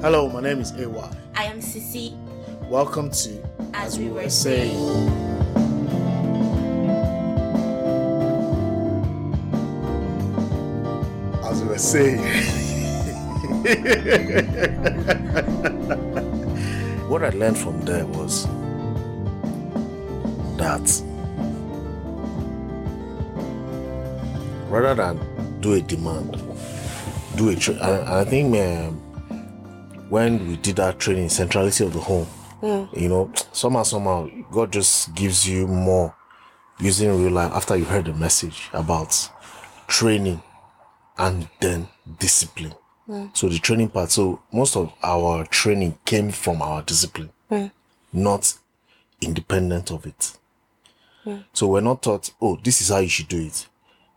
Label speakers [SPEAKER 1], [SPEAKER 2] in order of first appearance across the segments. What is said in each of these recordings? [SPEAKER 1] Hello, my name is Awa.
[SPEAKER 2] I am Sisi.
[SPEAKER 1] Welcome to
[SPEAKER 2] As We Were Saying.
[SPEAKER 1] As we were saying. what I learned from there was that rather than do a demand, do a tra- I, I think um, when we did that training, centrality of the home, you know, somehow, somehow, God just gives you more using real life after you heard the message about training and then discipline. So the training part. So most of our training came from our discipline, not independent of it. So we're not taught, oh, this is how you should do it.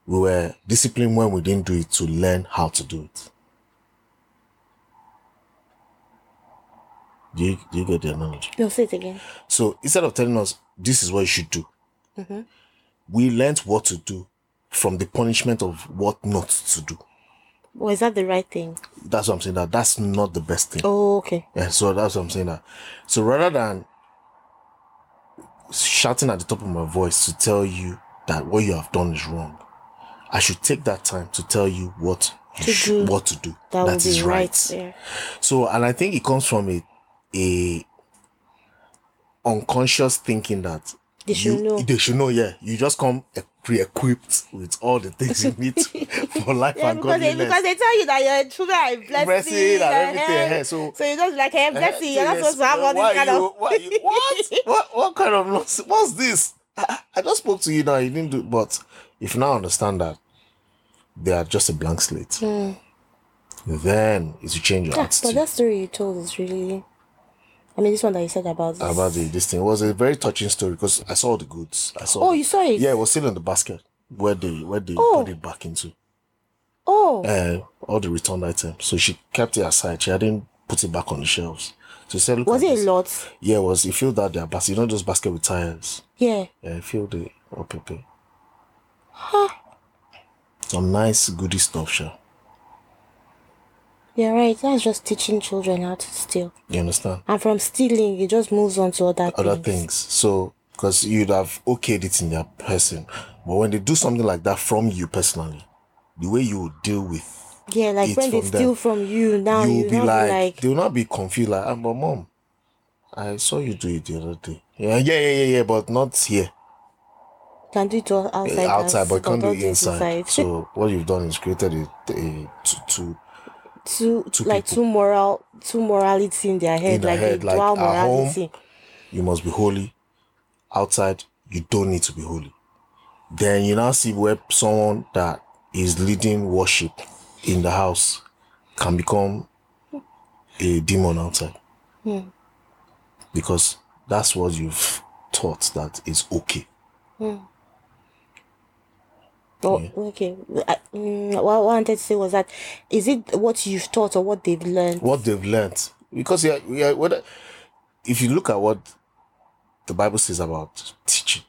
[SPEAKER 1] We were disciplined when we didn't do it to learn how to do it. Do you, do you get the analogy?
[SPEAKER 2] No, say it again.
[SPEAKER 1] So instead of telling us this is what you should do,
[SPEAKER 2] Mm-hmm.
[SPEAKER 1] we learned what to do from the punishment of what not to do.
[SPEAKER 2] Was that the right thing?
[SPEAKER 1] That's what I'm saying. That that's not the best thing.
[SPEAKER 2] Oh, okay.
[SPEAKER 1] Yeah, so that's what I'm saying. That so rather than shouting at the top of my voice to tell you that what you have done is wrong, I should take that time to tell you what you
[SPEAKER 2] To
[SPEAKER 1] should,
[SPEAKER 2] do
[SPEAKER 1] what to do.
[SPEAKER 2] That,
[SPEAKER 1] that
[SPEAKER 2] would be
[SPEAKER 1] is
[SPEAKER 2] right.
[SPEAKER 1] right.
[SPEAKER 2] there.
[SPEAKER 1] So, and I think it comes from a, a unconscious thinking that
[SPEAKER 2] They should
[SPEAKER 1] you-
[SPEAKER 2] know.
[SPEAKER 1] They should know. Yeah, you just come e- pre-equipped with all the things you need for life
[SPEAKER 2] Yeah,
[SPEAKER 1] and
[SPEAKER 2] because they,
[SPEAKER 1] godliness.
[SPEAKER 2] because they tell you that your children are blessed.
[SPEAKER 1] Blessing and everything, eh, so- Eh,
[SPEAKER 2] so, you just like, hey, blessed. You're not supposed to have all
[SPEAKER 1] Why
[SPEAKER 2] this kind
[SPEAKER 1] you-
[SPEAKER 2] of.
[SPEAKER 1] why you- what? what? What kind of nonsense? What's this? I, I just spoke to you now. You didn't do. But if you now understand that they are just a blank slate, then it's to change your
[SPEAKER 2] Hmm. Ah, But
[SPEAKER 1] attitude
[SPEAKER 2] that story you told is really. I mean, this one that you said about. This.
[SPEAKER 1] about the, this thing. It was a very touching story because I saw the goods. I saw.
[SPEAKER 2] Oh,
[SPEAKER 1] the-
[SPEAKER 2] you saw it?
[SPEAKER 1] Yeah, it was still in the basket where they where they
[SPEAKER 2] Oh.
[SPEAKER 1] put it back into.
[SPEAKER 2] Oh,
[SPEAKER 1] uh, all the returned items. So she kept it aside. She hadn't put it back on the shelves. So she said, look
[SPEAKER 2] was
[SPEAKER 1] at
[SPEAKER 2] it a
[SPEAKER 1] this.
[SPEAKER 2] lot?
[SPEAKER 1] Yeah, it was. You filled out their basket. You know those basket with tires?
[SPEAKER 2] Yeah.
[SPEAKER 1] Yeah, oh, you filled it up a bit. Some nice goody stuff, sure.
[SPEAKER 2] You're right. That's just teaching children how to steal.
[SPEAKER 1] You understand?
[SPEAKER 2] And from stealing, it just moves on to other,
[SPEAKER 1] Other
[SPEAKER 2] things.
[SPEAKER 1] things. So, because you'd have okayed it in their person. But when they do something like that from you personally, the way you would deal with
[SPEAKER 2] Yeah, like
[SPEAKER 1] It's
[SPEAKER 2] when they
[SPEAKER 1] from
[SPEAKER 2] steal
[SPEAKER 1] them.
[SPEAKER 2] from you, now
[SPEAKER 1] Oh, you
[SPEAKER 2] you,
[SPEAKER 1] will be
[SPEAKER 2] now
[SPEAKER 1] like,
[SPEAKER 2] be like,
[SPEAKER 1] they will not be confused like ah, but mom i saw you do it the other day yeah yeah yeah yeah, yeah but not here
[SPEAKER 2] can do it all
[SPEAKER 1] eh,
[SPEAKER 2] outside. us,
[SPEAKER 1] outside but you can't do
[SPEAKER 2] don't
[SPEAKER 1] it inside,
[SPEAKER 2] So,
[SPEAKER 1] so what you've done is created a, a two, two
[SPEAKER 2] two,
[SPEAKER 1] two
[SPEAKER 2] like
[SPEAKER 1] people.
[SPEAKER 2] two moral, two morality in their head,
[SPEAKER 1] their
[SPEAKER 2] like
[SPEAKER 1] head,
[SPEAKER 2] a
[SPEAKER 1] like at
[SPEAKER 2] dual
[SPEAKER 1] home.
[SPEAKER 2] morality.
[SPEAKER 1] you must be holy outside you don't need to be holy then you now see where someone that is leading worship in the house can become a demon outside because that's what you've taught that is okay
[SPEAKER 2] Oh, okay. I, mm, what I wanted to say was that, is it what you've taught or what they've learned?
[SPEAKER 1] what they've learned because yeah, yeah whether, if you look at what the bible says about teaching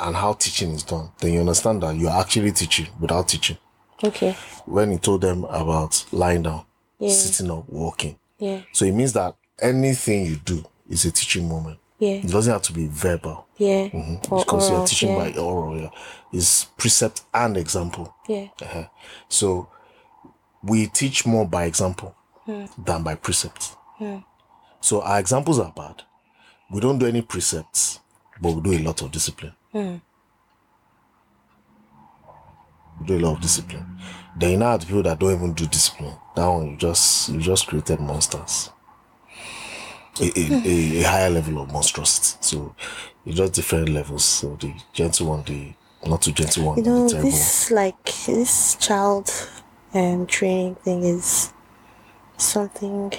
[SPEAKER 1] and how teaching is done then you understand that you're actually teaching without teaching
[SPEAKER 2] Okay.
[SPEAKER 1] when he told them about lying down
[SPEAKER 2] Yeah.
[SPEAKER 1] sitting up walking
[SPEAKER 2] Yeah.
[SPEAKER 1] so it means that anything you do is a teaching moment
[SPEAKER 2] Yeah.
[SPEAKER 1] it doesn't have to be verbal
[SPEAKER 2] Yeah. Or
[SPEAKER 1] it's Mm-hmm. because you're
[SPEAKER 2] oral,
[SPEAKER 1] teaching
[SPEAKER 2] yeah.
[SPEAKER 1] by oral yeah. it's precept and example
[SPEAKER 2] Yeah.
[SPEAKER 1] Uh-huh. So we teach more by example
[SPEAKER 2] Hmm.
[SPEAKER 1] than by precept. So our examples are bad. We don't do any precepts, but we do a lot of discipline.
[SPEAKER 2] Hmm.
[SPEAKER 1] We do a lot of discipline. Then you now have the people that don't even do discipline. That one you just you just created monsters. A,
[SPEAKER 2] Hmm.
[SPEAKER 1] a, a, a higher level of monstrosity. So it's just different levels. So the gentle one, the not too gentle one,
[SPEAKER 2] You
[SPEAKER 1] and
[SPEAKER 2] know,
[SPEAKER 1] the terrible one.
[SPEAKER 2] this like this child um training thing is something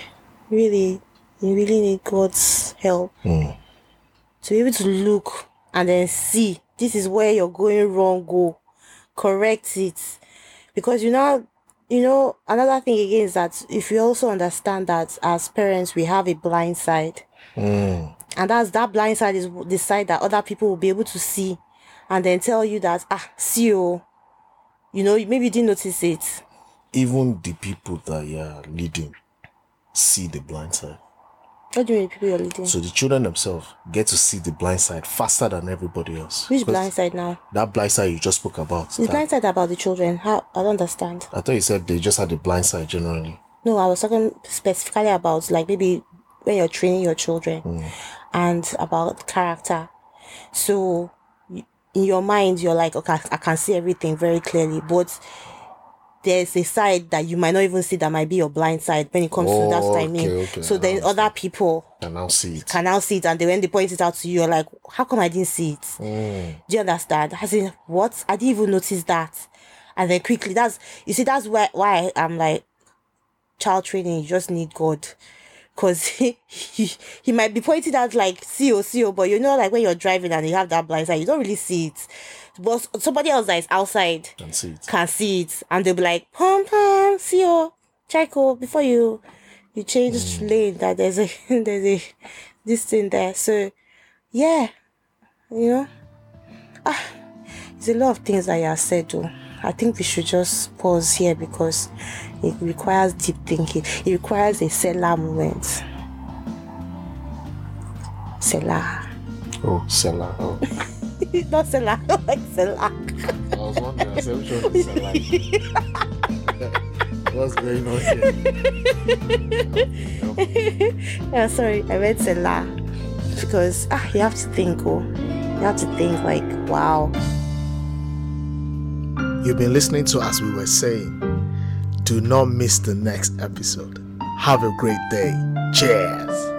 [SPEAKER 2] really you really need God's help to be able to look and then see this is where you're going wrong. Go correct it because you know you know another thing again is that if you also understand that as parents we have a blind side and that's that blind side is the side that other people will be able to see and then tell you that ah see oh you know maybe you didn't notice it
[SPEAKER 1] even the people that you are leading see the blind side.
[SPEAKER 2] What do you mean, people you're leading?
[SPEAKER 1] So the children themselves get to see the blind side faster than everybody else.
[SPEAKER 2] Which
[SPEAKER 1] 'Cause
[SPEAKER 2] blind side now?
[SPEAKER 1] That blind side you just spoke about.
[SPEAKER 2] Is
[SPEAKER 1] that-
[SPEAKER 2] blind side about the children? How I don't understand.
[SPEAKER 1] I thought you said they just had the blind side generally.
[SPEAKER 2] No, I was talking specifically about like maybe when you're training your children
[SPEAKER 1] Mm.
[SPEAKER 2] and about character. So y- in your mind, you're like, okay, I can see everything very clearly, but there's a side that you might not even see that might be your blind side when it comes to that
[SPEAKER 1] Okay,
[SPEAKER 2] timing.
[SPEAKER 1] Oh, okay,
[SPEAKER 2] so
[SPEAKER 1] I
[SPEAKER 2] then other people
[SPEAKER 1] I now see it.
[SPEAKER 2] can now see it and they when they point it out to you, you're like, how come I didn't see it?
[SPEAKER 1] Mm,
[SPEAKER 2] Do you understand? I said, what? I didn't even notice that. And then quickly, that's you see, that's why why I'm like, child training, you just need God. Cause he, he he might be pointed out like see oh see oh, but you know like when you're driving and you have that blind side, you don't really see it. But somebody else that is outside
[SPEAKER 1] Can see it.
[SPEAKER 2] can see it and they'll be like, pom pom, see you, check oh, before you you change lane that there's a there's a this thing there. So yeah, you know. Ah, it's a lot of things that you have said though. I think we should just pause here because it requires deep thinking. It requires a seller moment. Seller.
[SPEAKER 1] Oh, Selah. Oh.
[SPEAKER 2] Not seller, like seller.
[SPEAKER 1] I was wondering, I said, which one is Selah? What's going on here?
[SPEAKER 2] Yeah, sorry, I meant Selah. Because ah, you have to think, oh, you have to think like, wow.
[SPEAKER 3] You've been listening to As We Were Saying. Do not miss the next episode. Have a great day. Cheers.